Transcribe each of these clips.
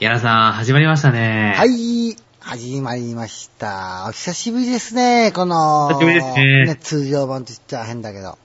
柳さん、始まりましたね。は。い、始まりました。お久しぶりですね、この、久しぶりですね通常版と言っちゃ変だけど。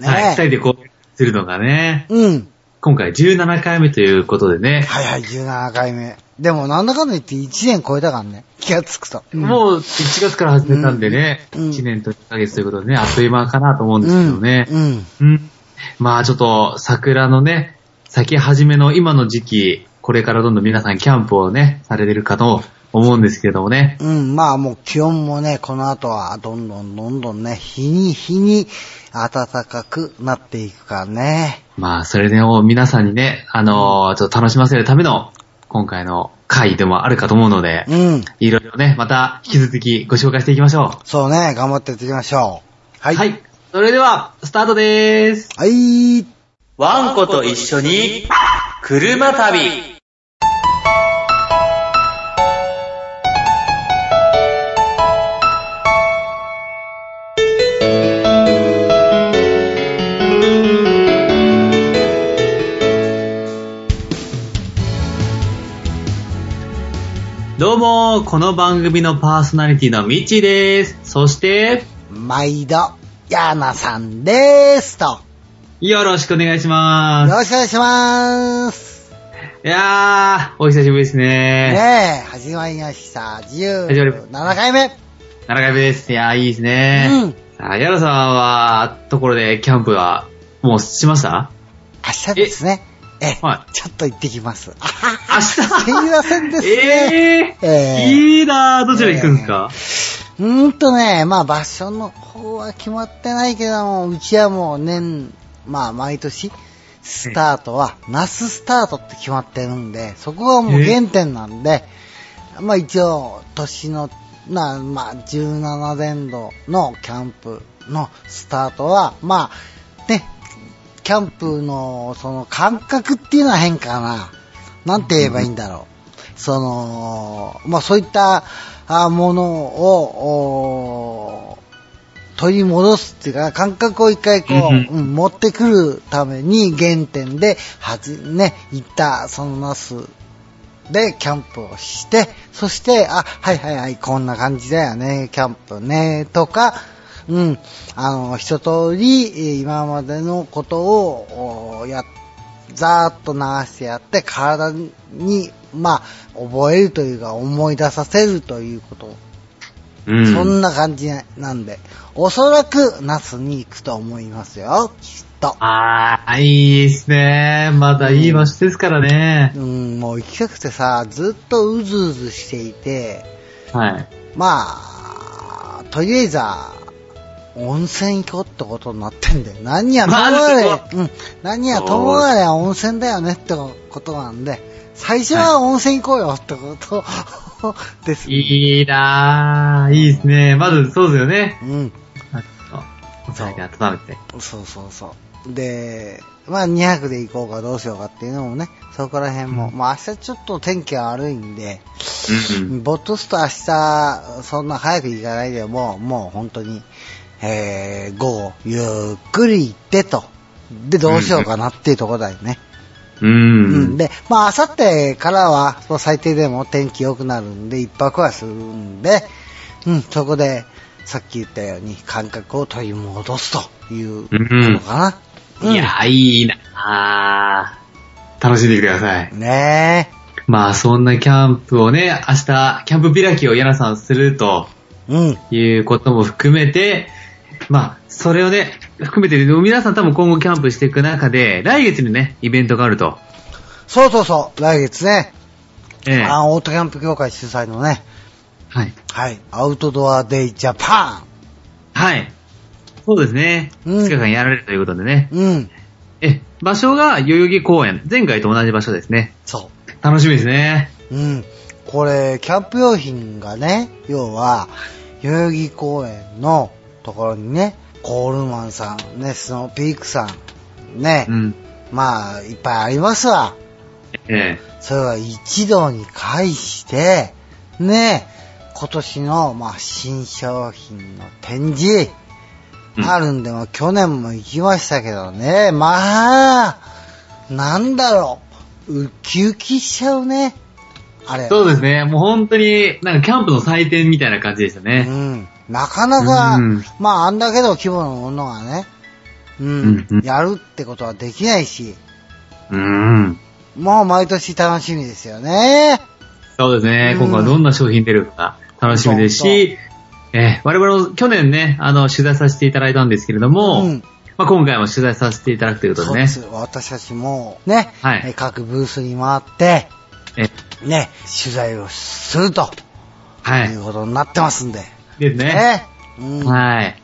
ねはい、二人でこう、するのがね、うん。今回17回目ということでね、はいはい、17回目。でも、なんだかんだ言って1年超えたからね。気がつくと。もう1月から始めたんでね、うん1年と1ヶ月ということでね、あっという間かなと思うんですけどね。うん。うん。うん。まあちょっと桜のね、咲き始めの今の時期、これからどんどん皆さんキャンプをね、されてるかと思うんですけどもね。うん、まあもう気温もね、この後はどんどんどんどんね、日に日に暖かくなっていくからね。まあそれを皆さんにね、あのーちょっと楽しませるための今回の回でもあるかと思うので、うん。いろいろね、また引き続きご紹介していきましょそうね、頑張ってやっていきましょう。う。はい。はい。それでは、スタートでーす。はい。ワンコと一緒に車旅どうも、この番組のパーソナリティのミッチーです。そして、毎度、ヤナさんでーすと。よろしくお願いします。よろしくお願いします。いやー、お久しぶりですね。ねえ、始まりました。始まり17回目。 7回目です。いやー、いいですね。うんさあ、ヤロさんは、ところで、キャンプは、もうしました明日ですね。ええ、はちょっと行ってきます。あははすい明ませんです日ね。えー、えーいいなー、どちら行くんですか、うーんとね、まあ場所の方は決まってないけども、うちはもう年、まあ毎年、スタートは、ナススタートって決まってるんで、そこがもう原点なんで、まあ一応、年の、な、まあ17年度のキャンプのスタートは、まあ、ね、キャンプのその感覚っていうのは変かな。なんて言えばいいんだろう。その、まあそういったあものを、お取り戻すっていうか、感覚を一回こう、うんううん持ってくるために原点で、はじ、ね、行った、そのナスでキャンプをして、そして、あ、はいはいはい、こんな感じだよね、キャンプね、とか、うん、あの、一通り、えー今までのことを、おやっざーっと流してやって、体に、まあ、覚えるというか、思い出させるということ。うん。そんな感じなんで、おそらく、ナスに行くと思いますよ、きっと。あー、いいですねー。またいい場所ですからねう。ん、もう行きたくてさ、ずっとうずうずしていて、はい。まあ、とりあえずは、温泉行こうってことになってんだよ。何やともマあジれ、かうん、何やともあれ温泉だよねってことなんで、最初は温泉行こうよってこと、です。いいなー、いいですね。まず、そうですよね。うん、あお酒で温めて。そうそうそう。で、まあ2泊で行こうかどうしようかっていうのもね、そこら辺も、まあ明日ちょっと天気が悪いんで、うんうん。ぼっとすと明日、そんな早く行かないでも、もう本当に、えー、午後、ゆっくり行ってと。で、どうしようかなっていうところだよね。ううんん。で、まあ、明後日からは、そう最低でも天気良くなるんで、一泊はするんで、うん、そこで、さっき言ったように、感覚を取り戻すというのかな。いやー、いいなー。楽しんでください。うん。ねまあ、そんなキャンプをね、明日、キャンプ開きを柳さんするとえ。うん。いうことも含めて、まあ、それをね、含めて、皆さん多分今後キャンプしていく中で、来月にね、イベントがあると。そうそうそう、来月ね、ええあーオートキャンプ協会主催のね、はい。はい。アウトドアデイジャパはい。そうですね。うん2日間やられるということでね。ンうん。え、場所が代々木公園。前回と同じ場所ですね。そ楽しみですね。う。うん。これ、キャンプ用品がね、要は、代々木公園のところにね、コールマンさん、ね、スノーピークさん、ね、うん。まあ、いっぱいありますわ。ええ。それは一堂に会して、ね、今年の、まあ、新商品の展示、うんあるんで、まあ、去年も行きましたけどね、まあ、なんだろう、ウキウキしちゃうね。あれ。そうですね。もう本当に、なんかキャンプの祭典みたいな感じでしたうね。ん。なかなか、うんまあ、あんだけの規模のものがね、うん、うんうんやるってことはできないし、うん。もう毎年楽しみですよね。そうですね。うん今回はどんな商品出るのか楽しみですし、えー我々も去年ね、あの、取材させていただいたんですけれども、うんまあ、今回も取材させていただくということそうででね。す。私たちも、ね、はいえ各ブースに回って、えね、取材をすると。はいいうことになってますんで。ですね。ね。うん。はい。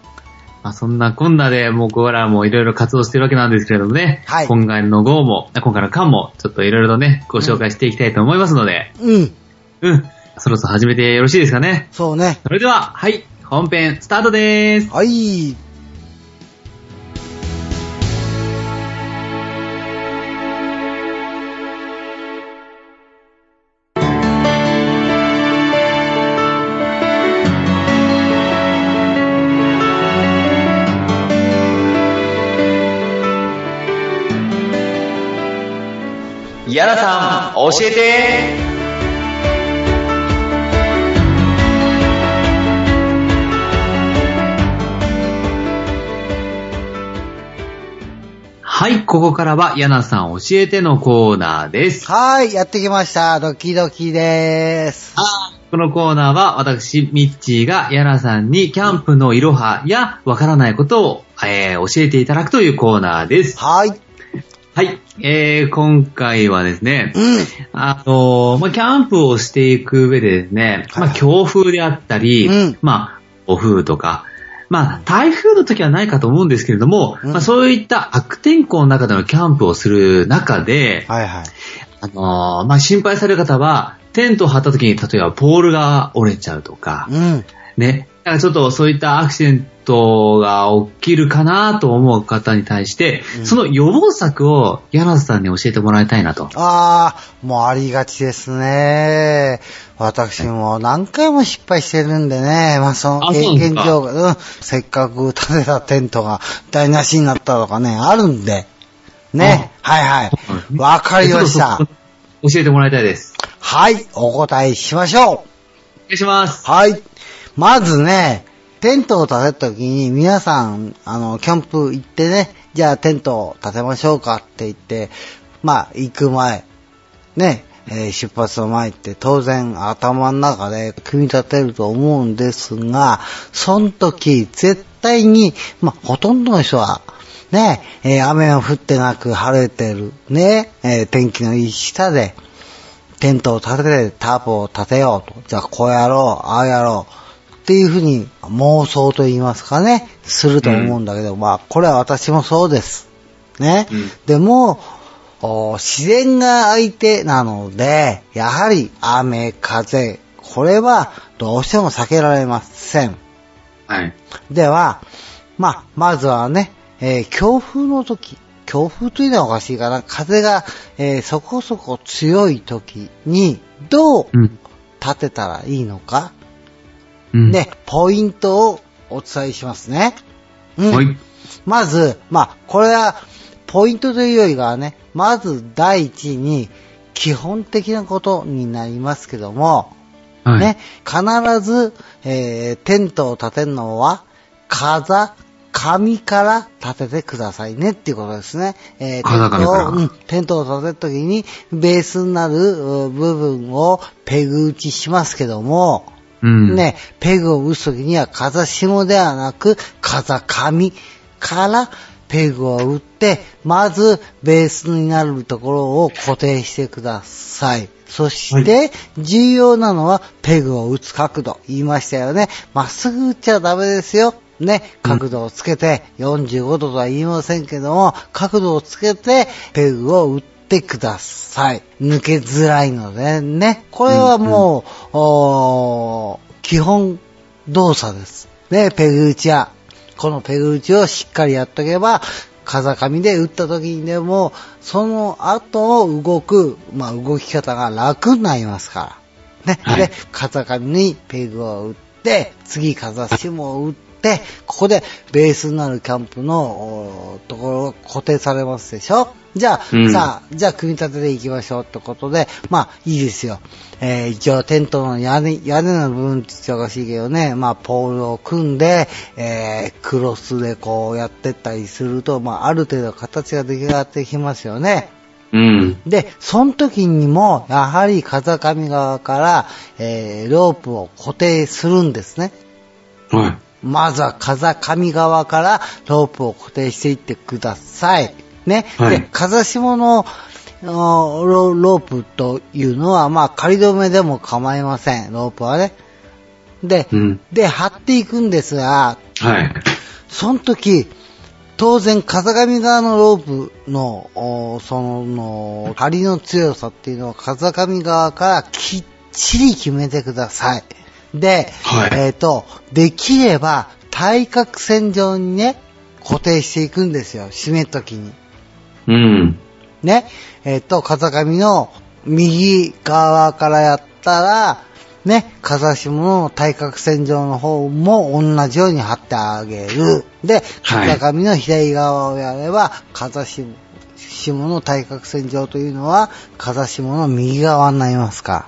まあ、そんなこんなで、もう僕らもいろいろ活動してるわけなんですけれどもね、はい今回の号も、あ今回の間も、ちょっといろいろとね、ご紹介していきたいと思いますので、うん。うん、そろそろ始めてよろしいですかね。そうね。それでは、はい、本編スタートでーす。はい。やらさん、教えてはい、ここからは、ヤナさん教えてのコーナーです。はい、やってきました。ドキドキでーす。このコーナーは私、ミッチーがヤナさんにキャンプのいろはやわからないことを、えー教えていただくというコーナーです。はい。はい、えー、今回はですね、うん。あのーまあ、キャンプをしていく上でですね、はいまあ、強風であったり、うんまあ、暴風とか、まあ、台風の時はないかと思うんですけれども、うんまあ、そういった悪天候の中でのキャンプをする中で、はいはい。あのーまあ、心配される方は、テントを張った時に、例えばポールが折れちゃうとか、うん。ね。だからちょっとそういったアクシデントが起きるかなと思う方に対して、うんその予防策を柳瀬さんに教えてもらいたいなと。あー、もうありがちですね。私も何回も失敗してるんでね。まあそのあそうな経んです験か上、うん、せっかく建てたテントが台無しになったとかね、あるんで。ね。はいそうなんですはい。ねわかりましちょ たっ。と教えてもらいたいです。はい、お答えしましょう。お願いします。はい。まずね、テントを建てた時に皆さん、あの、キャンプ行ってね、じゃあテントを建てましょうかって言って、まあ、行く前、ね、えー出発の前って当然頭の中で組み立てると思うんですが、その時絶対に、まあ、ほとんどの人は、ね、えー雨が降ってなく晴れてる、ね、えー天気のいい下で、テントを立ててタープを立てようと。じゃあこうやろう、ああやろう。っていうふうに妄想と言いますかね、すると思うんだけど、まあこれは私もそうです。ね。うんでも、お自然が相手なので、やはり雨、風、これはどうしても避けられません。はい。では、まあ、まずはね、えー強風の時、強風というのはおかしいかな、風が、えーそこそこ強い時に、どううん。立てたらいいのか、うん。ね、ポイントをお伝えしますね。うん。はい。まず、まあ、これは、ポイントというよりかはね、まず第一に、基本的なことになりますけども、はい。ね、必ず、えーテントを建てるのは、風、紙から建ててくださいねっていうことですね。えーテ風ント紙からを、うん、テントを建てるときに、ベースになるう部分をペグ打ちしますけども、うん。ね、ペグを打つときには風下ではなく、風上からペグを打って、まずベースになるところを固定してください。そして、重要なのはペグを打つ角度。言いましたよね。まっすぐ打っちゃダメですよ。ね、角度をつけて、45度とは言いませんけども、角度をつけて、ペグを打ってください。抜けづらいのでね。これはもう、おー基本動作です。ね、ペグ打ちは、このペグ打ちをしっかりやっとけば、風上で打った時にでも、その後を動く、まあ動き方が楽になりますから。ね。はいで、風上にペグを打って、次風下を打っって、ここでベースになるキャンプのおところが固定されますでしょじゃあ、うんさあ、じゃあ組み立てでいきましょうってことで、まあいいですよ。えー一応テントの屋根、屋根の部分って言っちゃおかしいけどね、まあポールを組んで、えークロスでこうやってったりすると、まあある程度形が出来上がってきますよね。うん。で、その時にも、やはり風上側から、えーロープを固定するんですね。はい。まずは風上側からロープを固定していってください。ね。はいで、風下のあのロロープというのは、まあ仮止めでも構いません。ロープはね。で、うん。で、張っていくんですが、はい。その時、当然、風上側のロープの、おその、針の強さっていうのを風上側からきっちり決めてください。で、はいえっ、と、できれば対角線上にね、固定していくんですよ。締める時に。うん。ね、えっ、と、風上の右側からやったら、ね、風下の対角線上の方も同じように貼ってあげる。で、はい風上の左側をやれば、風下の対角線上というのは、風下の右側になりますか。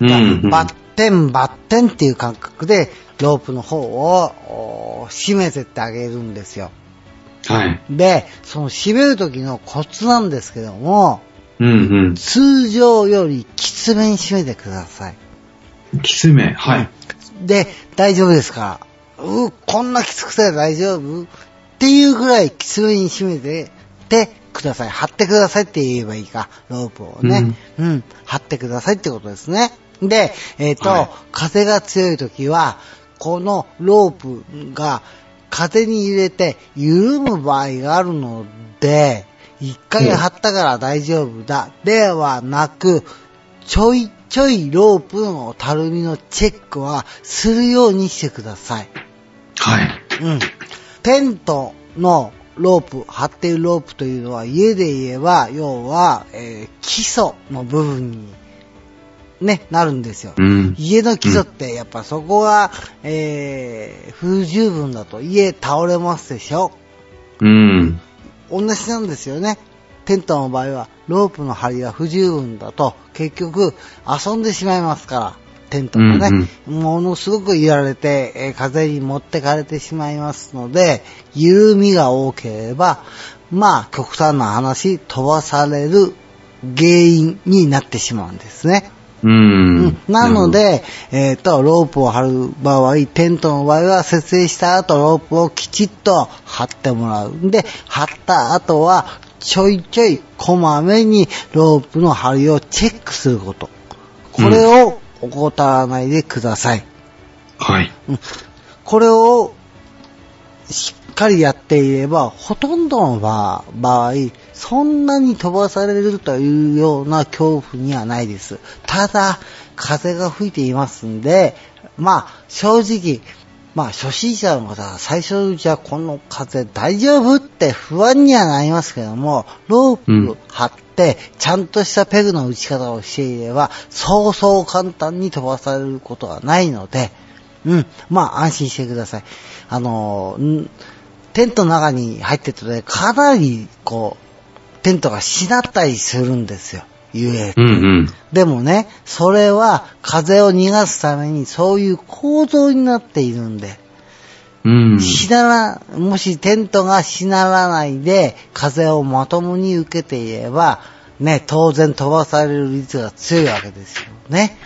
うだからん。バッテンバッテンっていう感覚で、ロープの方をお締めてってあげるんですよ。はい。で、その締める時のコツなんですけども、うん通常よりきつめに締めてください。うん。きつめ。はい。で、大丈夫ですから。うーこんなきつくて大丈夫っていうぐらいきつめに締めててください。貼ってくださいって言えばいいか。ロープをね。うん。貼ってくださいってことですね。で、えっ、と、はい風が強い時は、このロープが風に揺れて緩む場合があるので、一回貼ったから大丈夫だ。ではなく、ちょいちょいロープのたるみのチェックはするようにしてください。はい。うん。テントのロープ、張っているロープというのは家で言えば、要は、えー基礎の部分に、ね、なるんですよ。うん。家の基礎ってやっぱそこが、えー不十分だと家倒れますでしょうん。同じなんですよね。テントの場合は、ロープの張りが不十分だと、結局、遊んでしまいますから、テントがね、ものすごく揺られて、えー風に持ってかれてしまいますので、緩みが多ければ、まあ、極端な話、飛ばされる原因になってしまうんですね。うん。うんなの、で、えっ、と、ロープを張る場合、テントの場合は設営した後、ロープをきちっと張ってもらうんで、張った後は、ちょいちょいこまめにロープの張りをチェックすること。これを怠らないでください。はい。これをしっかりやっていれば、ほとんどの場場合、そんなに飛ばされるというような恐怖にはないです。ただ、風が吹いていますんで、まあ、正直、まあ、初心者の方は最初のうちはこの風大丈夫って不安にはなりますけども、ロープ張って、ちゃんとしたペグの打ち方をしていれば、そうそう簡単に飛ばされることはないので、うん。まあ、安心してください。あのー、んテントの中に入ってるとね、かなり、こう、テントがしなったりするんですよ。ゆえ。うんうん。でもね、それは風を逃がすためにそういう構造になっているんで、うん。しなら、もしテントがしならないで、風をまともに受けていれば、ね、当然飛ばされる率が強いわけですよね。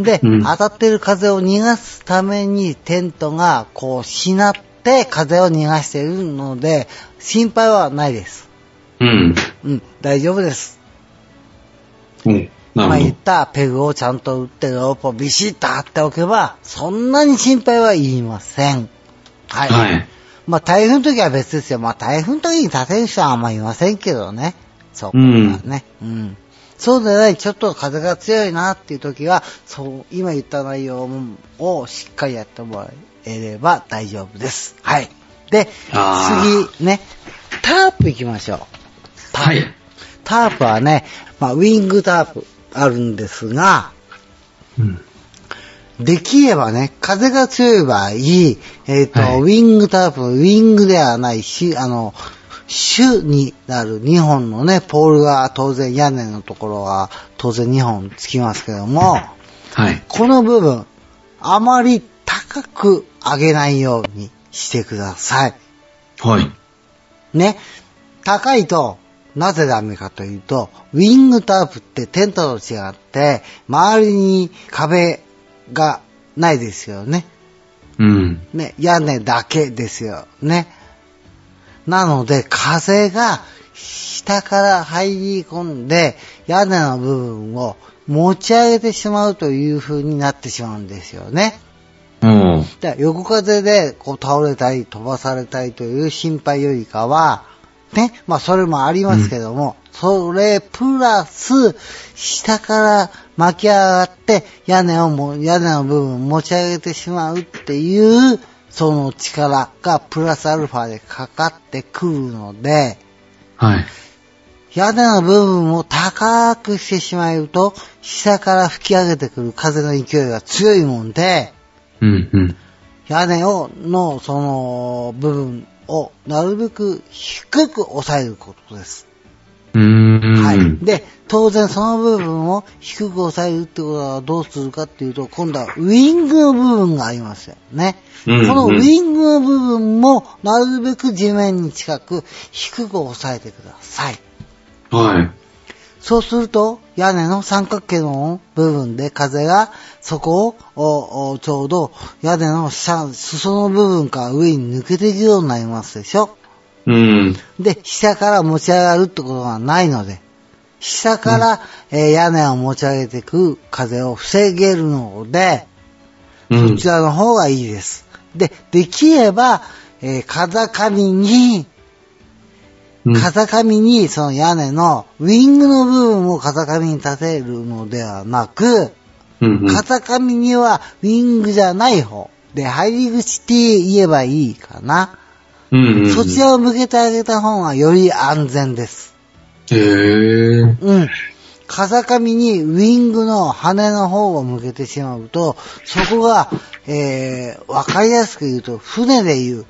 で、うん当たってる風を逃がすためにテントがこうしなって風を逃がしているので、心配はないです。うん。うん、大丈夫です。うん。今なる言ほっど。たペグをちゃんと打ってロープをビシッと張っておけば、そんなに心配はいりません。はい。はい。まあ台風の時は別ですよ。まあ台風の時に立てる人はあんまいませんけどね。そうかね。うん。そうでない、ちょっと風が強いなっていう時は、そう、今言った内容をしっかりやってもらえれば大丈夫です。はい。で、あー次ね、タープ行きましょう。タープ。はい。タープはね、まあウィングタープあるんですが、うん。できればね、風が強い場合、えっ、と、はいウィングタープ、ウィングではないし、あの、主になる2本のね、ポールが当然屋根のところは当然2本つきますけども、はい。この部分、あまり高く上げないようにしてください。はい。ね。高いと、なぜダメかというと、ウィングタープってテントと違って、周りに壁がないですよね。うん。ね、屋根だけですよね。なので、風が下から入り込んで、屋根の部分を持ち上げてしまうという風になってしまうんですよね。おうだから横風でこう倒れたり飛ばされたりという心配よりかは、ね、まあそれもありますけども、それプラス、下から巻き上がって屋根をも、屋根の部分を持ち上げてしまうっていう、その力がプラスアルファでかかってくるので、はい。屋根の部分を高くしてしまうと、下から吹き上げてくる風の勢いが強いもんで、うん、うん。屋根を、の、その、部分を、なるべく低く抑えることです。うーん。はい。で、当然その部分を低く抑えるってことはどうするかっていうと、今度はウィングの部分がありますよね。うんうんこのウィングの部分も、なるべく地面に近く、低く抑えてください。はい。そうすると、屋根の三角形の部分で風が、そこをおお、ちょうど屋根の下、裾の部分から上に抜けていくようになりますでしょ。うん。で、下から持ち上がるってことはないので、下から、えー屋根を持ち上げていく風を防げるので、うんそちらの方がいいです。で、できれば、えー風上に、うん風上にその屋根のウィングの部分を風上に立てるのではなく、うんうん風上にはウィングじゃない方で入り口って言えばいいかな。うんうんそちらを向けてあげた方がより安全です。へー。うん。風上にウィングの羽の方を向けてしまうと、そこが、えー、わかりやすく言うと、船で言う、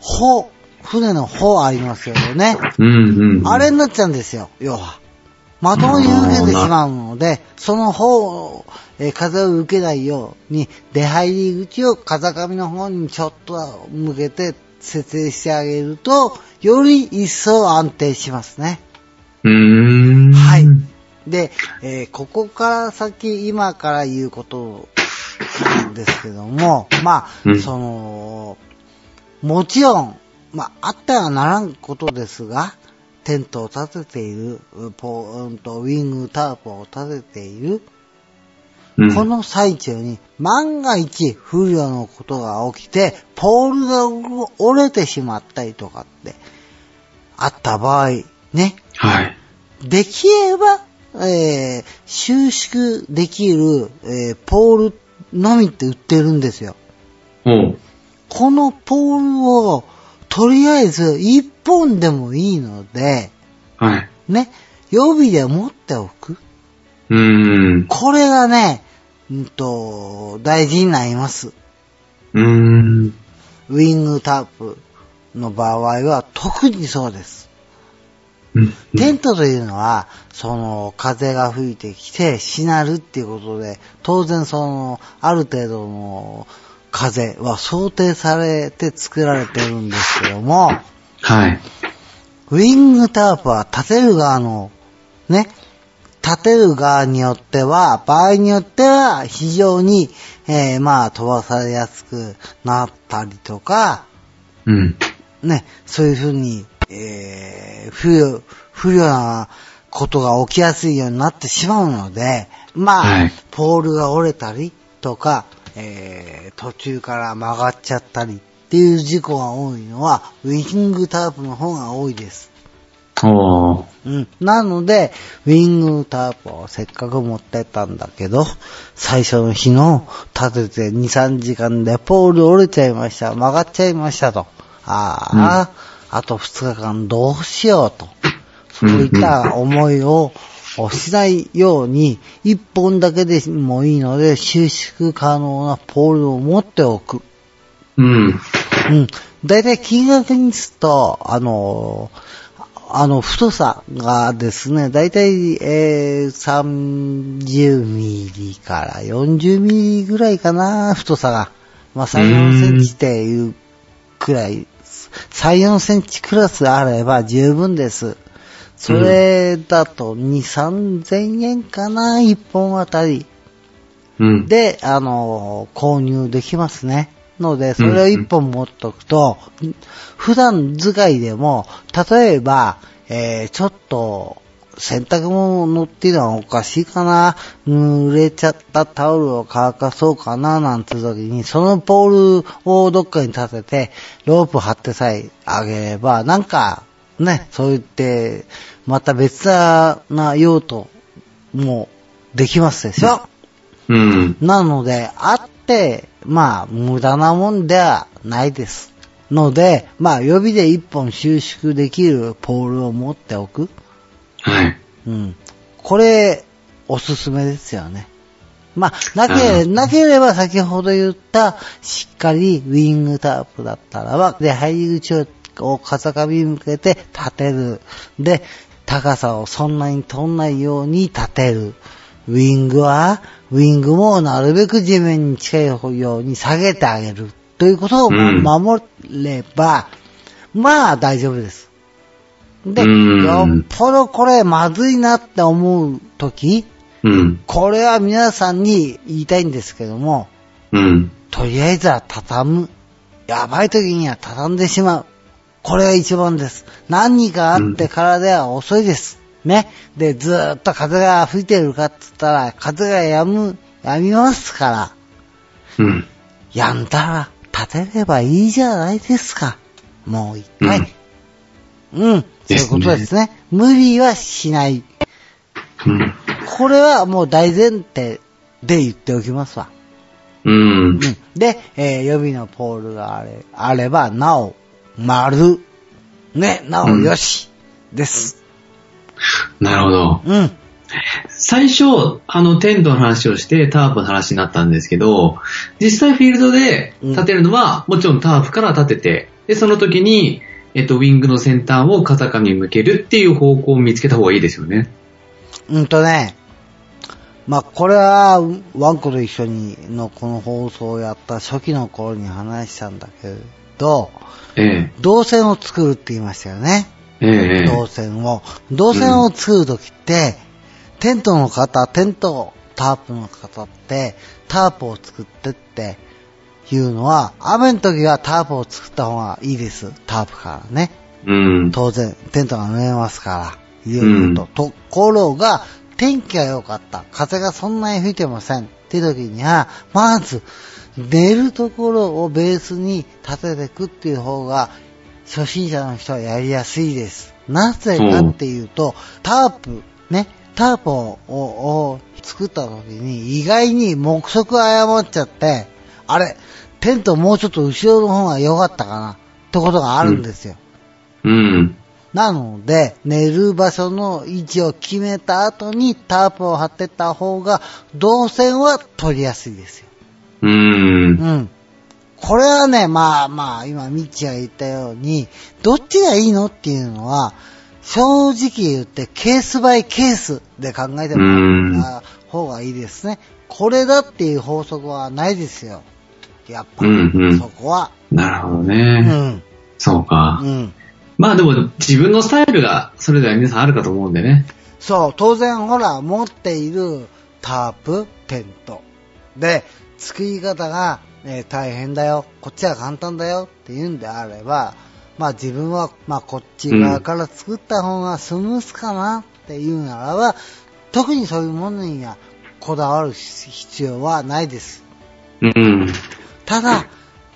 帆、船の帆ありますよね。うんうんうん。あれになっちゃうんですよ、要は。まともに受けてしまうので、その方を、えー風を受けないように、出入り口を風上の方にちょっと向けて設定してあげると、より一層安定しますね。うーん。はい。で、えーここから先、今から言うことなんですけども、まあ、うんその、もちろん、まあ、あってはならんことですが、テントを立てている、うポうんとウィングタープを立てている、うんこの最中に、万が一不良のことが起きて、ポールが折れてしまったりとかって、あった場合、ね、はい。できれば、えー収縮できる、えーポールのみって売ってるんですよ。おう。このポールを、とりあえず一本でもいいので、はい。ね、予備で持っておく。うーん。これがね、うんと、大事になります。うーん。ウィングタープの場合は特にそうです。うんテントというのは、その、風が吹いてきて、しなるっていうことで、当然その、ある程度の風は想定されて作られてるんですけども、はい。ウィングタープは立てる側の、ね、立てる側によっては、場合によっては非常に、えーまあ飛ばされやすくなったりとか、うん。ね、そういうふうに、えー、不良、不良なことが起きやすいようになってしまうので、まあ、はいポールが折れたりとか、えー、途中から曲がっちゃったりっていう事故が多いのは、ウィングタープの方が多いです。おう。うん。なので、ウィングタープをせっかく持ってったんだけど、最初の日の立てて2、3時間でポール折れちゃいました、曲がっちゃいましたと。ああ、あと2日間どうしようと。そういった思いををしないように、一本だけでもいいので、収縮可能なポールを持っておく。うん。うん。だいたい金額にすると、あの、あの、太さがですね、だいたい、えー、30ミリから40ミリぐらいかな、太さが。まあ、3、4センチっていうくらい、3、4センチクラスあれば十分です。それだと2、3000円かな、1本あたり。うん。で、あの、購入できますね。ので、それを一本持っとくと、普段使いでも、例えば、えー、ちょっと、洗濯物っていうのはおかしいかな、濡れちゃったタオルを乾かそうかな、なんて時に、そのポールをどっかに立てて、ロープ張ってさえあげれば、なんか、ね、そう言って、また別な用途もできますでしょ。うん。なので、あって、まあ、無駄なもんではないです。ので、まあ、予備で一本収縮できるポールを持っておく。はい。うん。これ、おすすめですよね。まあ、なけ、なければ先ほど言った、しっかりウィングタープだったらば、で、入り口を風上に向けて立てる。で、高さをそんなに取んないように立てる。ウィングは、ウィングもなるべく地面に近いように下げてあげる。ということをうん守れば、まあ大丈夫です。で、うんよっぽどこれまずいなって思うとき、うん。これは皆さんに言いたいんですけども、うん。とりあえずは畳む。やばい時には畳んでしまう。これが一番です。何かあってからでは遅いです。ね。で、ずーっと風が吹いてるかって言ったら、風が止む、止みますから、うん。やんだら立てればいいじゃないですか。もう一回。うん、そういうことですね。無理はしない。うん。これはもう大前提で言っておきますわ。うん。うんで、えー予備のポールがあれあれば、なお、丸。ね、なお、うんよし。です。なるほど。うん。最初、あの、テントの話をして、タープの話になったんですけど、実際フィールドで立てるのは、もちろんタープから立てて、で、その時に、えっと、ウィングの先端を風上に向けるっていう方向を見つけた方がいいですよね。うんとね、まあ、これは、うワンコと一緒にのこの放送をやった初期の頃に話したんだけど、え動線を作るって言いましたよね。え、ええ、え動線を。動線を作るときって、テントの方、テント、タープの方って、タープを作ってっていうのは、雨の時はタープを作った方がいいです。タープからね。え。うん。当然、テントが濡れますから、いうこと。ところが、天気が良かった。風がそんなに吹いてません。っていう時には、まず、寝るところをベースに立てていくっていう方が、初心者の人はやりやすいです。なぜかっていうと、タープ、ね、タープをを作った時に、意外に目測誤っちゃって、あれ、テントもうちょっと後ろの方が良かったかな、ってことがあるんですよ。うん。なので、寝る場所の位置を決めた後にタープを張ってった方が、動線は取りやすいですよ。う。うんん。これはね、まあまあ、今、ミッチが言ったように、どっちがいいのっていうのは、正直言って、ケースバイケースで考えてもらった方がいいですね。これだっていう法則はないですよ。やっぱ、うんうんそこは。なるほどうね。ん。そうか。うん。まあでも、自分のスタイルが、それぞれ皆さんあるかと思うんでね。そう、当然ほら、持っているタープ、テント。で、作り方が、えー大変だよ、こっちは簡単だよって言うんであれば、まあ自分は、まあこっち側から作った方がスムースかなっていうならば、特にそういうものにはこだわる必要はないです。うん。ただ、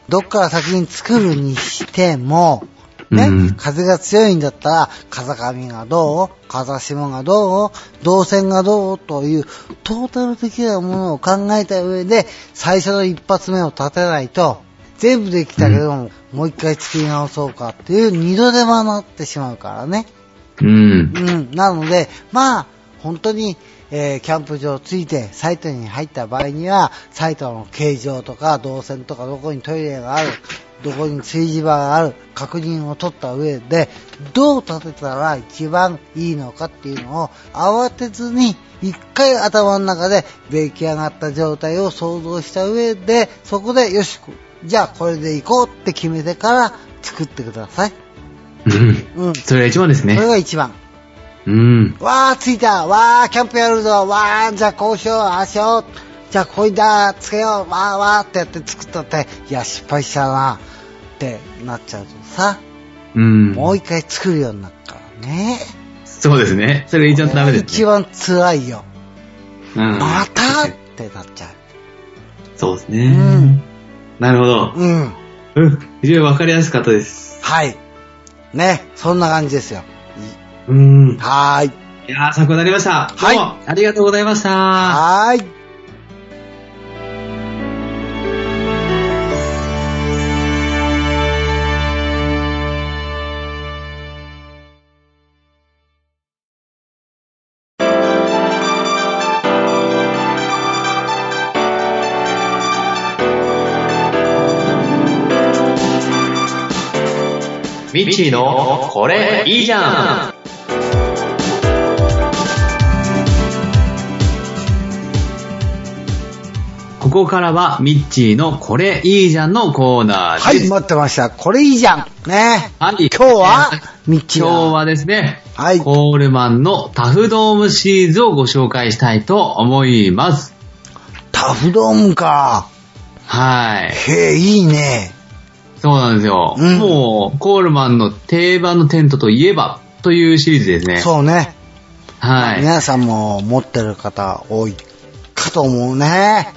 どっから先に作るにしても、ね、うん風が強いんだったら、風上がどう風下がどう動線がどうという、トータル的なものを考えた上で、最初の一発目を立てないと、全部できたけども、もう一回作り直そうかっていう二度手間になってしまうからね。うん。うん、なので、まあ、本当に、えーキャンプ場ついてサイトに入った場合には、サイトの形状とか動線とかどこにトイレがある、どこに炊事場がある、確認を取った上で、どう立てたら一番いいのかっていうのを慌てずに、一回頭の中で出来上がった状態を想像した上で、そこでよし、じゃあこれで行こうって決めてから作ってください。うん。うん。そ それが一番ですれね。が一番。うん。わー、着いたわー、キャンプやるぞわー、じゃあこうしよう、ああしようじゃあこいだ、つけようわーわーってやって作ったって、いや、失敗したなってなっちゃうとさ、うん。もう一回作るようになるからね。そうですね。それ一番ダメです一ね。番辛いよ。うん。またってなっちゃそうですう。うね。ん。なるほど。うん。うん。非常にわかりやすかったです。はい。ね、そんな感じですよ。うん。いはーい。やー、参考になりました。はいどうもありがとうございました。はーい。ミッチーのこれいいじゃんここからはミッチーのこれいいじゃんのコーナーはでい、す。待ってました。これいいじゃん。ね。 はい。今日は、みっちー今の日はですね、はいコールマンのタフドームシリーズをご紹介したいと思います。タフドームか。はい。へえ、いいね。そうなんですよ。うんもう、コールマンの定番のテントといえばというシリーズですね。そうね。はい。皆さんも持ってる方多いかと思うね。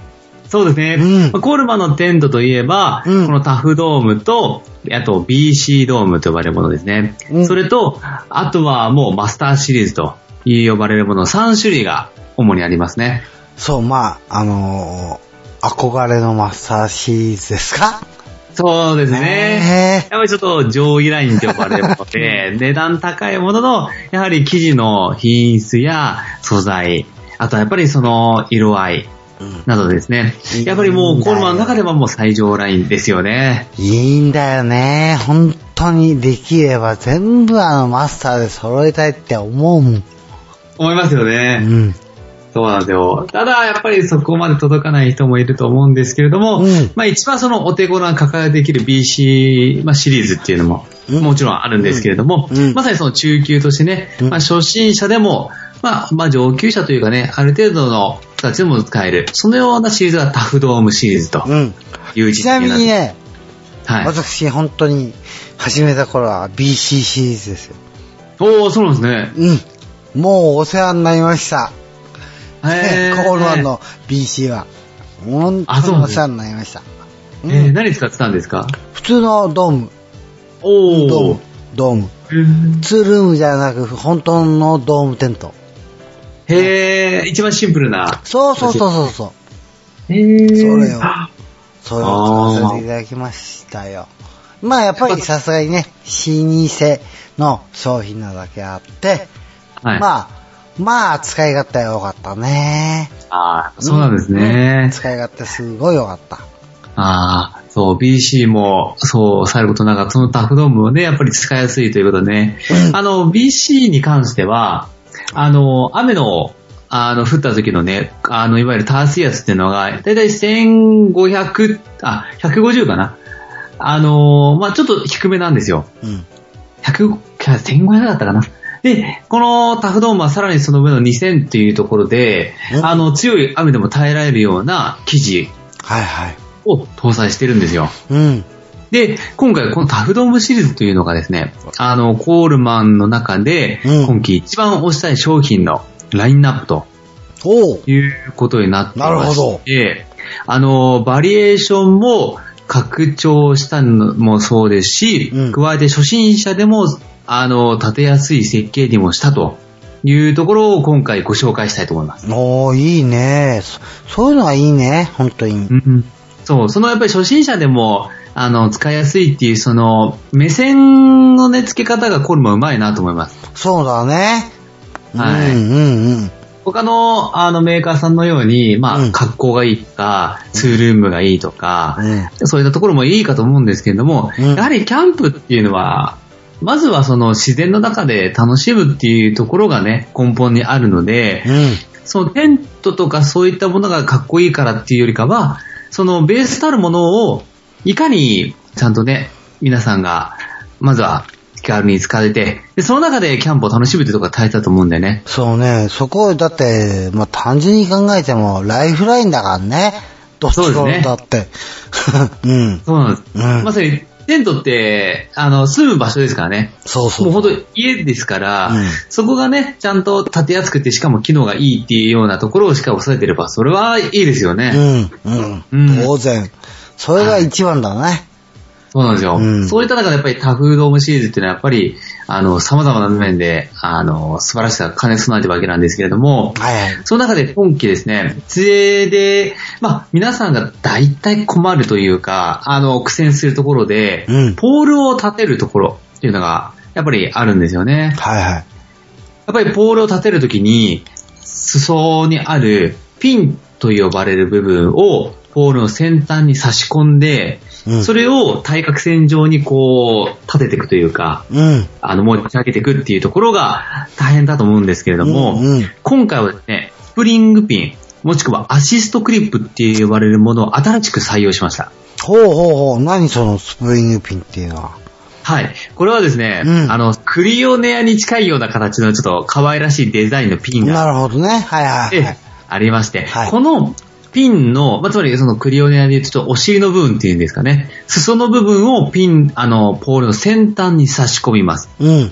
そうですね。うんまあコールマンのテントといえば、うんこのタフドームと、あと BC ドームと呼ばれるものですね。うんそれと、あとはもうマスターシリーズと呼ばれるもの3種類が主にありますね。そう、まあ、あのー憧れのマッサージシリーズですかそうですね。ねえやっぱりちょっと上位ラインと呼ばれるもの で、値段高いものの、やはり生地の品質や素材、あとはやっぱりその色合いうんなどですねいいん。だやよっぱりもうコールマンの中ではもう最上ラインですよね。いいんだよね。本当にできれば全部あのマスターで揃えたいって思うもん。思いますよね。うん。そうなんですよ。ただ、やっぱりそこまで届かない人もいると思うんですけれども、うんまあ一番そのお手頃な価格でできる BC、まあ、シリーズっていうのも、うんもちろんあるんですけれども、うんうんまさにその中級としてね、うんまあ初心者でも、まあ、まあ上級者というかね、ある程度の人たちでも使える、そのようなシリーズがタフドームシリーズとうん。いう位置ちづけななんみです。にね、はい。私本当に始めた頃は BC シリーズですよ。おー、そうなんですね。うん。もうお世話になりました。へコールマン。の BC は。本あそう当になんおだ世話になりました。えうんー何使ってたんですか普通のドーム、おー。ドーム、ドーム。うんツールームじゃなく、本当のドームテント。へー、一番シンプルな。そうそうそうそうそう。へー。それよあそれを使わせていただきましたよ。まあやっぱりさすがにね、老舗の商品なだけあって、はい。まあ、まあ使い勝手は良かったね。ああ、そうなんですね。使い勝手すごい良かった。ああ、そう、BC も、そう、さることながら、そのタフドームもね、やっぱり使いやすいということでね。あの、BC に関しては、あの、雨の、あの、降った時のね、あの、いわゆるタースやつっていうのが、だいたい1500、あ、150かな。あの、まあちょっと低めなんですよ。うん。 100 1500だったかな。で、このタフドームはさらにその上の2000っていうところでう、んあの、強い雨でも耐えられるような生地はいはい。を搭載してるんですよ。うん。で、今回このタフドームシリーズというのがですね、あの、コールマンの中で、うん今季一番推したい商品のラインナップとおう。いうことになっていまなるほして、あの、バリエーションも拡張したのもそうですし、うん加えて初心者でも、あの、立てやすい設計にもしたというところを今回ご紹介したいと思います。おー、いいねそ。そういうのはいいね、本当に。そう、そのやっぱり初心者でも、あの、使いやすいっていう、その、目線のね、付け方がコールマンうまいなと思います。そうだね。はうい。んうんうん。他の、あの、メーカーさんのように、まうあ、ん格好がいいとか、ツールームがいいとか、うんそういったところもいいかと思うんですけれども、うんやはりキャンプっていうのは、まずはその自然の中で楽しむっていうところがね、根本にあるので、うん。そのテントとかそういったものがかっこいいからっていうよりかは、そのベースたるものを、いかにちゃんとね、皆さんが、まずは気軽に使えて、でその中でキャンプを楽しむっていうところが大切だと思うんだよね。そうね、そこをだって、まあ、単純に考えても、ライフラインだからね。どっちそがうですねだって。うん。そうなんです。 うんまさに、テントって、あの、住む場所ですからね。そうそう。もう本当家ですから、うんそこがね、ちゃんと建てやすくて、しかも機能がいいっていうようなところをしか抑えてれば、それはいいですよね。うん、う。うんん当然。それが一番だね。そうなんですよ。うんそういった中でやっぱりタフドームシリーズっていうのはやっぱり、あの、様々な面で、あの、素晴らしさが兼ね備えてるわけなんですけれども、はいはい。その中で今期ですね、杖で、まあ、皆さんが大体困るというか、あの、苦戦するところで、うんポールを立てるところっていうのが、やっぱりあるんですよね。はいはい。やっぱりポールを立てるときに、裾にあるピンと呼ばれる部分を、ポールの先端に差し込んで、うんそれを対角線上にこう、立てていくというか、うん。あの、持ち上げていくっていうところが大変だと思うんですけれども、うんうん今回はですね、スプリングピン、もしくはアシストクリップって呼ばれるものを新しく採用しました。ほうほうほう。何そのスプリングピンっていうのは。はい。これはですね、うんあの、クリオネアに近いような形のちょっと可愛らしいデザインのピンがなるほどね。はいはいはい。ありまして、はいこのピンの、まあ、つまりそのクリオネアで言うとお尻の部分っていうんですかね、裾の部分をピン、あの、ポールの先端に差し込みます。うん。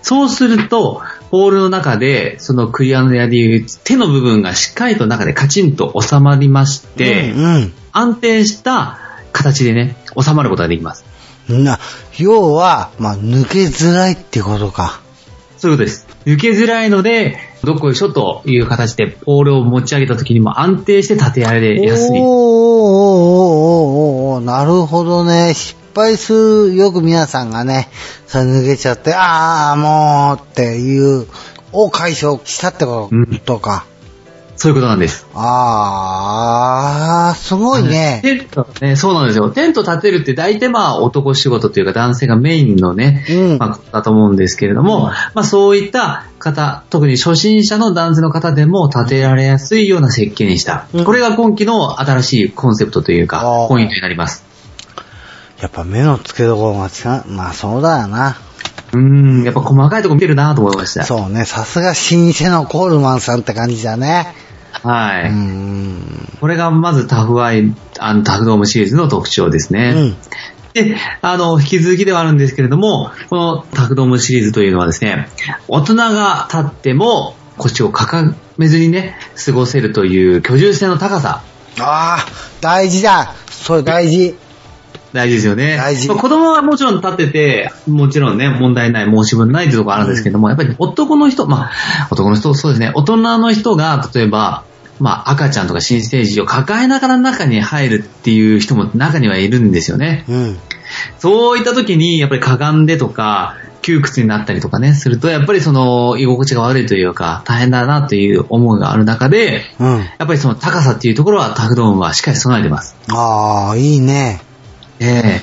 そうすると、ポールの中で、そのクリオネアで言う手の部分がしっかりと中でカチンと収まりまして、うん。安定した形でね、収まることができます。うんな、要は、まあ、抜けづらいってことか。そういうことです。抜けづらいので、どっこいしょという形で、ポールを持ち上げた時にも安定して立てらおれーおやーおーおすい。ーおーおーなるほどね。失敗する、よく皆さんがね、それ抜けちゃって、ああ、もうっていう、を解消したってことか。そういうことなんです。ああ、すごいね。テントね、そうなんですよ。テント立てるって大体まあ男仕事というか男性がメインのね、うんまあ、ことだと思うんですけれども、まあそういった方、特に初心者の男性の方でも立てられやすいような設計にした。うんこれが今期の新しいコンセプトというあかー、ポイントになります。やっぱ目の付けどころが違う。まあそうだよな。うーん、やっぱ細かいとこ見てるなと思いました。そうね。さすが老舗のコールマンさんって感じだね。はうーい。ん。これがまずタフアイ、あのタフドームシリーズの特徴ですうね。ん。で、あの、引き続きではあるんですけれども、このタクドームシリーズというのはですね、大人が立っても腰をかかめずにね、過ごせるという居住性の高さ、ああ、大事だ。それ大事。大事ですよね。大事まあ子供はもちろん立ってて、もちろんね、問題ない、申し分ないというところあるんですけども、やっぱり男の人、まあ、男の人、そうですね、大人の人が、例えば、まあ、赤ちゃんとか新生児を抱えながら中に入るっていう人も中にはいるんですよね。うん。そういった時に、やっぱりかがんでとか、窮屈になったりとかね、すると、やっぱりその、居心地が悪いというか、大変だなという思いがある中で、うん。やっぱりその高さっていうところはタフドームはしっかり備えてます。ああ、いいね。ええ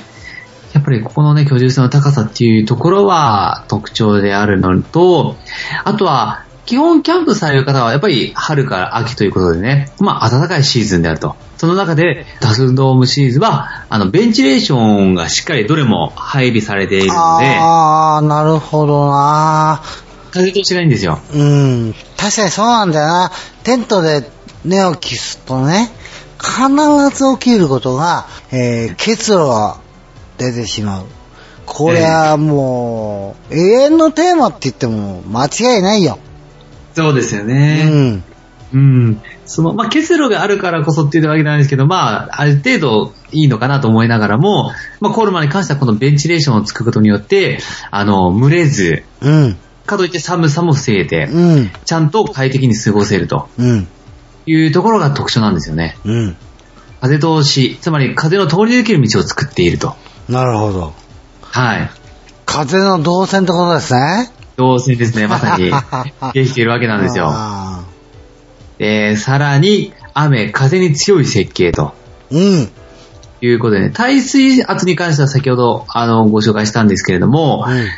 やっぱりここのね、居住性の高さっていうところは特徴であるのと、あとは、基本キャンプされる方はやっぱり春から秋ということでね、まあ暖かいシーズンであると。その中で、タフドームシリーズは、あの、ベンチレーションがしっかりどれも配備されているので、ああ、なるほどな。風通しがいいんですよ。うん。確かにそうなんだよな。テントで寝起きするとね、必ず起きることが、えー、結露が出てしまう。これはもう、永遠のテーマって言っても間違いないよ。そうですようね。ん。うん。その、まあ、結露があるからこそっていうわけなんですけど、まあ、ある程度いいのかなと思いながらも、まあ、コールマンに関してはこのベンチレーションをつくことによって、あの、蒸れず、うん。かといって寒さも防いで、うん。ちゃんと快適に過ごせるとうん。いうところが特徴なんですよね。うん。風通し、つまり風の通り抜ける道を作っていると。なるほど。はい。風の動線ってことですね。動線ですね、まさに。できているわけなんですよ。あで、さらに、雨、風に強い設計とーうん。いうことでね、耐水圧に関しては先ほど、あの、ご紹介したんですけれども、うん。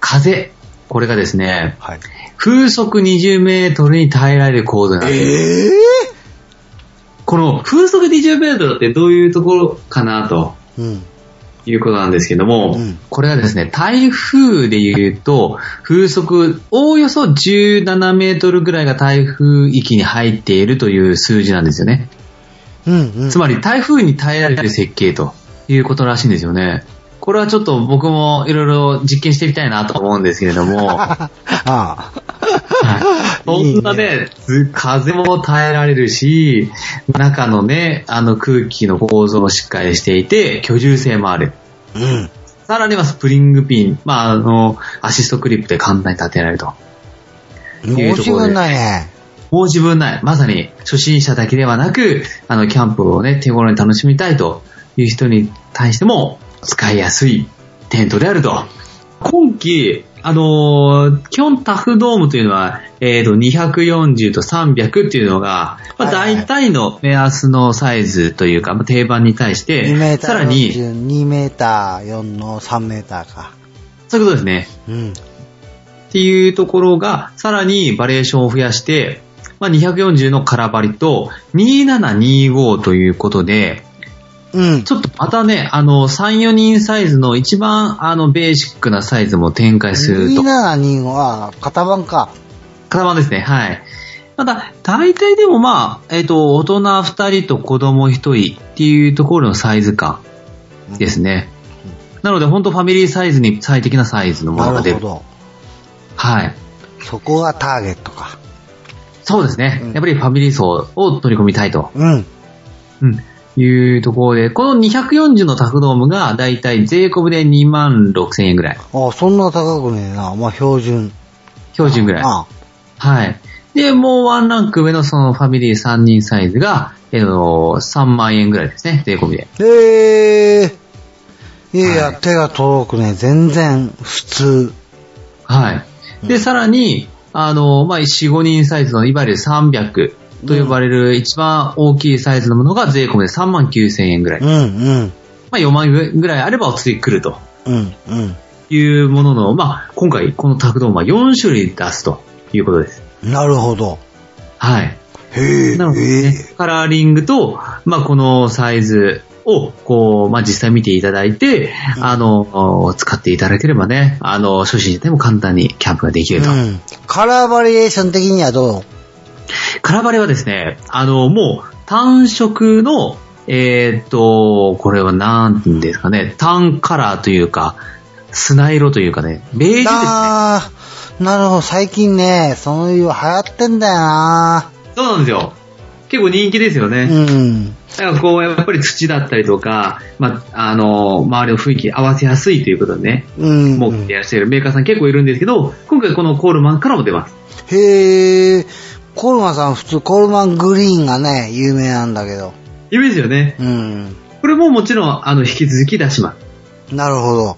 風、これがですね、はい。風速20メートルに耐えられる構造なんです。ええこの風速20メートルってどういうところかなとうん。いうことなんですけども、うんこれはですね、台風で言うと、風速、おおよそ17メートルぐらいが台風域に入っているという数字なんですよね。うん。うん。つまり台風に耐えられる設計ということらしいんですよね。これはちょっと僕もいろいろ実験してみたいなと思うんですけれども、はいあそんなね、風も耐えられるし、中のね、あの空気の構造もしっかりしていて、居住性もある。あ。うん。さらにはスプリングピン、まあ、あの、アシストクリップで簡単に立てられると。いう面ところ白でいね。もう自分ない。まさに初心者だけではなく、あの、キャンプをね、手頃に楽しみたいという人に対しても、使いやすいテントであると。今季、あのー基本タフドームというのは、えっ、と、240と300っていうのが、まあ、はいはい大体の目安のサイズというか、まあ、定番に対し2メて、ータさーらに、 2メーター4の3メーターか。そういうことですね。うん。っていうところが、さらにバリエーションを増やして、まあ、240の空張りと、2725ということで、うん。ちょっとまたね、あの、3、4人サイズの一番、あの、ベーシックなサイズも展開すると。 2725は型番か。型番ですね、はい。ただ、大体でもまあ、えっ、と、大人2人と子供1人っていうところのサイズ感ですね。なので、本当ファミリーサイズに最適なサイズのものなが出るるほ。ど。はい。そこがターゲットか。そうですね。うんやっぱりファミリー層を取り込みたいとうん。うんいうところで、この240のタフドームがだいたい税込みで2万6千円ぐらい。あそんな高くねえな。まあ、標準。標準ぐらい。あはい。で、もうワンランク上のそのファミリー3人サイズが、えっと、3万円ぐらいですね、税込みで。へえー。いやいや、はい手が届くね。全然普通。はい。で、さらに、あの、まあ、4、5人サイズの、いわゆる300と呼ばれる一番大きいサイズのものが税込みで3万9千円ぐらい。うまんうん。あ、4万円ぐらいあればお釣り来るとうんういうものの、まあ、今回このタクドームは4種類出すということです。ん。なるほど。はい。へえ。なので、ねへカラーリングと、まあ、このサイズを、こう、まあ、実際見ていただいて、うんあの、使っていただければね、あの、初心者でも簡単にキャンプができえ。ると。うん。カラーバリエーション的にはどうカラバレはですね、あの、もう、単色の、えーっと、これは何ですかね、単カラーというか、砂色というかね、ベージュですね。あーなるほど。最近ね、その色流行ってんだよな。そうなんですよ。結構人気ですよね。うん。なんかこう、やっぱり土だったりとか、まあ、あの、周りの雰囲気に合わせやすいということでね、うん。もうやらしているメーカーさん結構いるんですけど、今回このコールマンからも出ます。へえ。コールマンさん普通コールマングリーンがね、有名なんだけど。有名ですよね。うん。これももちろん、あの、引き続き出します。なるほど。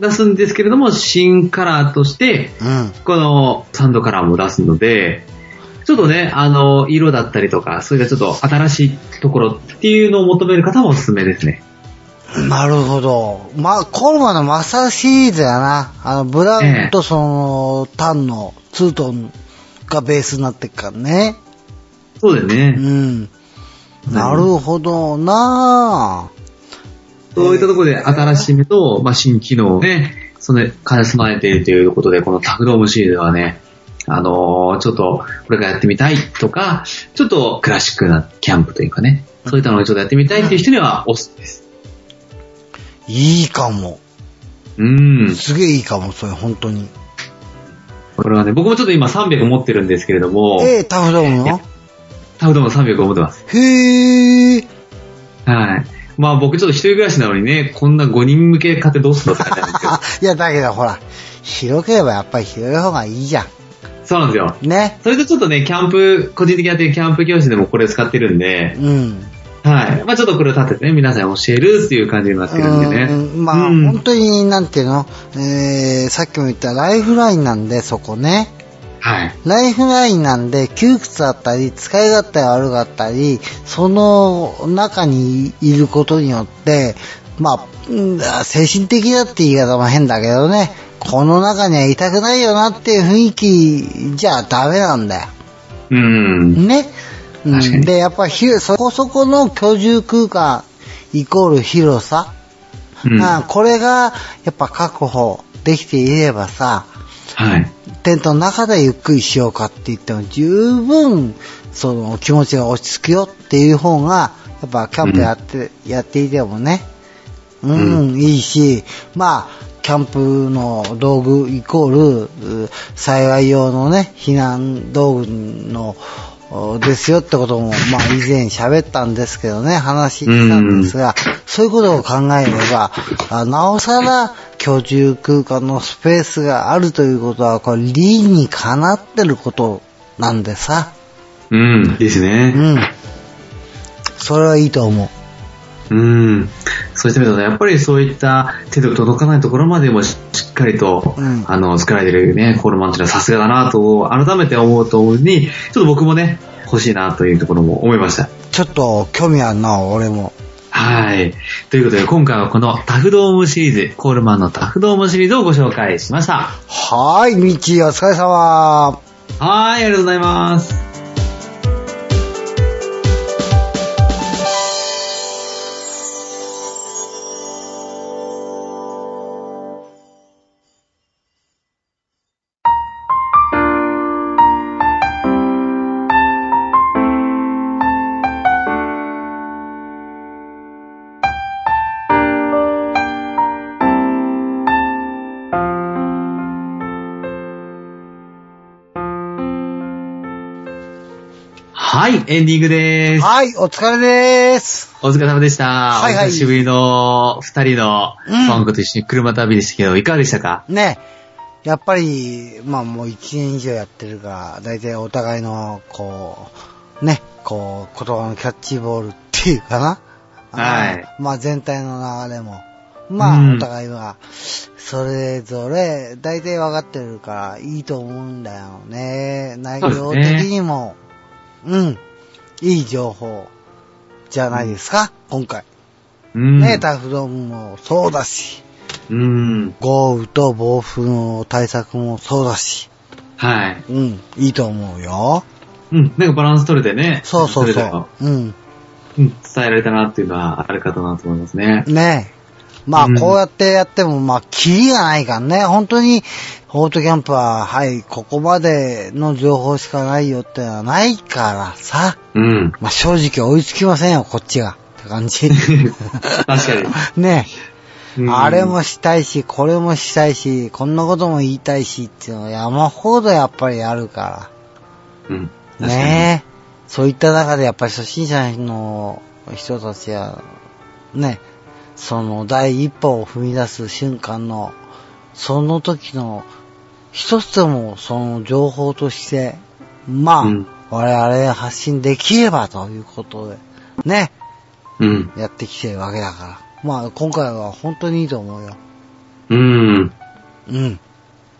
出すんですけれども、新カラーとして、うん。このサンドカラーも出すので、ちょっとね、あの、色だったりとか、それがちょっと新しいところっていうのを求める方もおすすめですね。なるほど。ま、コールマンのマスターシリーズやな。あの、ブラウンとその、タンのツートンがベースになってっからね。そうだよね。うん。なるほどなぁ。そういったところで新しめと、まあ、新機能をね、それ、兼ね備えているということで、このタフドームシリーズはね、あのーちょっと、これからやってみたいとか、ちょっとクラシックなキャンプというかね、そういったのをちょっとやってみたいっていう人にはおすすめです。いいかも。うん。すげえいいかも、それ、本当に。これはね、僕もちょっと今300持ってるんですけれども、ええタフドームいやのタフドーム300を持ってます。へえ。はい。まあ僕ちょっと一人暮らしなのにね、こんな5人向け買ってどうすんのって感じなんですけどあ、いや、だけどほら、広ければやっぱり広い方がいいじゃそうなんですよ。ん。ね。それとちょっとね、キャンプ、個人的にやってるキャンプ教室でもこれ使ってるんで、うん。はい。まあちょっとこれを立ててね、皆さんに教えるっていう感じになってるんでね。うんうんまあ、うん本当に、なんていうの、えー、さっきも言ったライフラインなんで、そこね。はい。ライフラインなんで、窮屈だったり、使い勝手が悪かったり、その中にいることによって、まあ、うんあ精神的だって言い方も変だけどね、この中にはいたくないよなっていう雰囲気じゃダメなんだよ。うん。ね。う確かん、にで、やっぱ広い、そこそこの居住空間イコール広さ、うん。あはこれがやっぱ確保できていればさ、い。テントの中でゆっくりしようかって言っても十分その気持ちが落ち着くよっていう方がやっぱキャンプやって、やっていてもね、うん、いいし、まあ、キャンプの道具イコール、う災害用のね、避難道具の、おですよってことも、まあ以前喋ったんですけどね、話したんですが、そういうことを考えれば、あなおさら居住空間のスペースがあるということは、これ理にかなってることなんでさ、うん。ですうね。ん。それはいいと思う。うん。そうしてみると、やっぱりそういった手の届かないところまでもししっかりと、うんあの、作られてるね、コールマンっていうのはさすがだなと、改めて思うと思うに、ちょっと僕もね、欲しいなというところも思いました。ちょっと興味あるな、俺も。はい。ということで、今回はこのタフドームシリーズ、コールマンのタフドームシリーズをご紹介しました。はーい、みっちーお疲れ様。はい、ありがとうございます。はい、エンディングです。はい、お疲れでーす。お疲れ様でした。はいはいお久しぶりの二人のうんファンクと一緒に車旅でしたけど、いかがでしたかね、やっぱり、まあもう1年以上やってるから、だいたいお互いの、こう、ね、こう、言葉のキャッチボールっていうかな。はいあの。まあ全体の流れも。まうあ、んお互いは、それぞれ、だいたい分かってるから、いいと思うんだよね。内容そう的ですねにも、うん、いい情報、じゃないですか、今回。うん。ね、タフドームもそうだし。うん。豪雨と暴風の対策もそうだし、はい。うん、いいと思うよ。うん。なんかバランス取れてね。そうそうれそぞれのう。うん。うん。伝えられたなっていうのはあるかとなと思いますね。ねえ。まあ、うんこうやってやっても、まあ、キリがないからね。本当に、フォートキャンプは、はい、ここまでの情報しかないよってのはないからさ。うん。まあ、正直追いつきませんよ、こっちが。って感 じ。確か ねえ。に。うんあれ。もしたいし、これもしたいし、こんなことも言いたいしっていうのは山ほどやっぱりあるから。うん。確かにねえ。そういった中でやっぱり初心者の人たちは、ね、その第一歩を踏み出す瞬間の、その時の一つでもその情報として、まあ、うん我々発信できればということで、ね、うん。やってきてるわけだから。まあ今回は本当にいいと思うよ。うん。うん。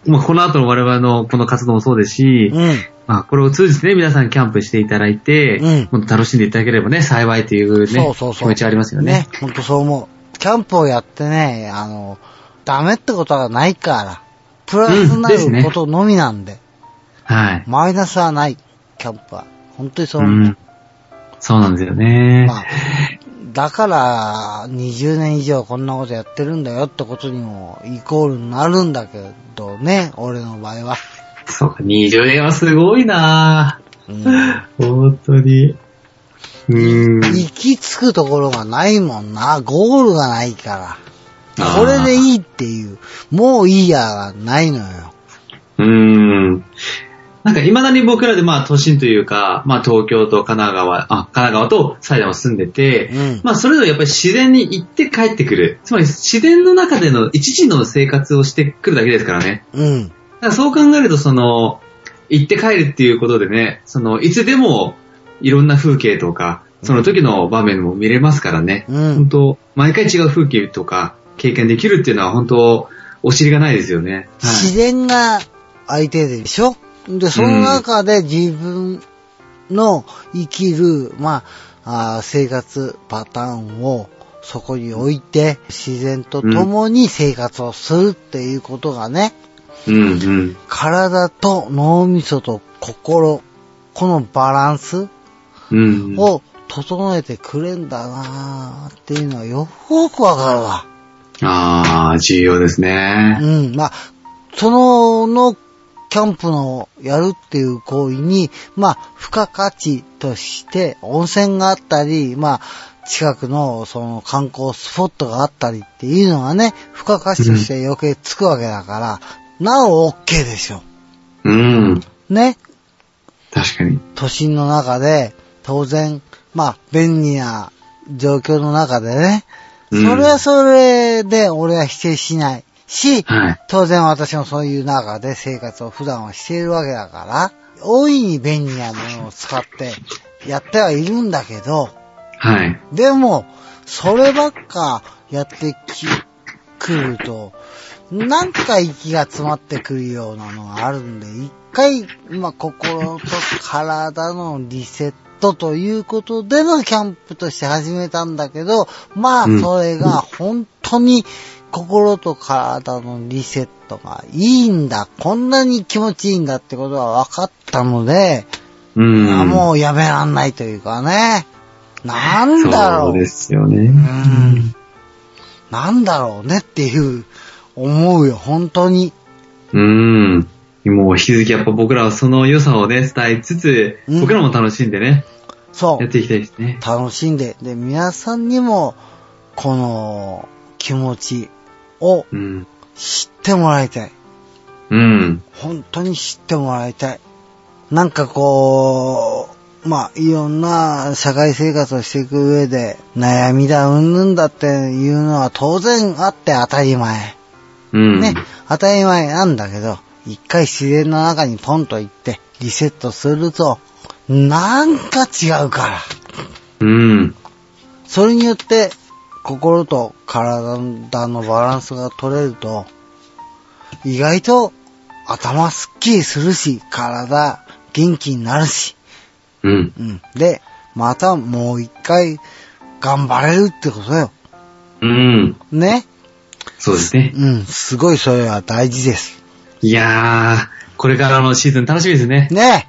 まあ、この後の我々のこの活動もそうですし、うん。まあ、これを通じてね、皆さんキャンプしていただいて、うもんっと楽しんでいただければね、幸いというね、そうそうそう。気持ちはありますよね。ほんとそう思う。キャンプをやってね、あの、ダメってことはないから、プラスになうんでするねことのみなんで、はい。マイナスはない、キャンプは。本当にそうう思う。ん。そうなんですよね。まあ、だから、20年以上こんなことやってるんだよってことにも、イコールになるんだけどね、俺の場合は。そうか、20年はすごいなうん、ぁ本当に。うーん。行き着くところがないもんな、ゴールがないから。これでいいっていう、もういいやがないのよ。うーん。なんか、未だに僕らで、まあ、都心というか、まあ、東京と神奈川、あ、神奈川と埼玉住んでて、うんまあ、それぞれやっぱり自然に行って帰ってくる。つまり、自然の中での一時の生活をしてくるだけですからね。うん。だからそう考えると、その、行って帰るっていうことでね、その、いつでも、いろんな風景とか、その時の場面も見れますからね。うん本当毎回違う風景とか経験できるっていうのは本当お尻がないですよね。自然が相手でしょで、その中で自分の生きる、まあ、あー生活パターンをそこに置いて、自然と共に生活をするっていうことがね、はい。うんうん。体と脳みそと心、このバランスうん。を整えてくれんだなーっていうのはよくわかるわ。ああ、重要ですね。うん、まあ、その、の、キャンプのやるっていう行為に、まあ、付加価値として、温泉があったり、まあ、近くの、その、観光スポットがあったりっていうのがね、付加価値として余計つくわけだから、なお OK でしょ。うん。ね。確かに。都心の中で、当然、まあ、便利な状況の中でね、そうんれはそれで俺は否定しないし、はい。当然私もそういう中で生活を普段はしているわけだから、大いに便利なものを使ってやってはいるんだけど、はい。でも、そればっかやってき、くると、なんか息が詰まってくるようなのがあるんで、一回、まあ、心と体のリセットということでのキャンプとして始めたんだけど、まあ、うんそれが本当に心と体のリセットがいいんだ、こんなに気持ちいいんだってことが分かったので、うん。あもうやめらんないというかね。なんだろそうう。ですよね。うん。なんだろうねっていう、思うよ、本当に。うん。もう引き続きやっぱ僕らはその良さをね、伝えつつ、うん僕らも楽しんでね、そやっう。ていきたいですね。楽しんで。で、皆さんにも、この気持ちをうん。知ってもらいたい。うん。本当に知ってもらいたい。なんかこう、まあ、いろんな社会生活をしていく上で、悩みだ、うんぬんだっていうのは当然あって当たり前。うん。ね、当たり前なんだけど、一回自然の中にポンと行って、リセットすると、なんか違うから。うん。それによって、心と体のバランスが取れると、意外と頭すっきりするし、体元気になるし、うん。うん。で、またもう一回頑張れるってことよ。うん。ね。そうですね。うん。すごいそれは大事です。いやー、これからのシーズン楽しみですね。ね。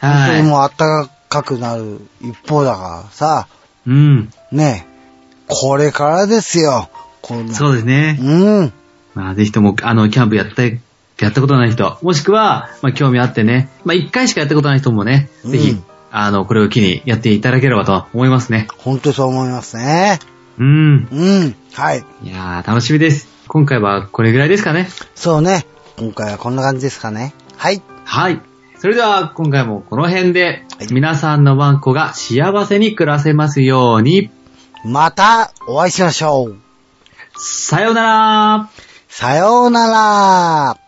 本当にはもう暖かくなる一方だからさ、い。うん。ねえ、これからですよ、こんな。そううですね。うん。まあ、ぜひとも、あの、キャンプやった、やったことない人、もしくは、まあ、興味あってね、まあ、一回しかやったことない人もね、うんぜひ、あの、これを機にやっていただければと思いますね。本当にそう思いますね。うん。うん。はい。いやー、楽しみです。今回はこれぐらいですかね。そうね。今回はこんな感じですかね。はい。はい。それでは、今回もこの辺で、皆さんのワンコが幸せに暮らせますように、またお会いしましょう。さようならさようなら。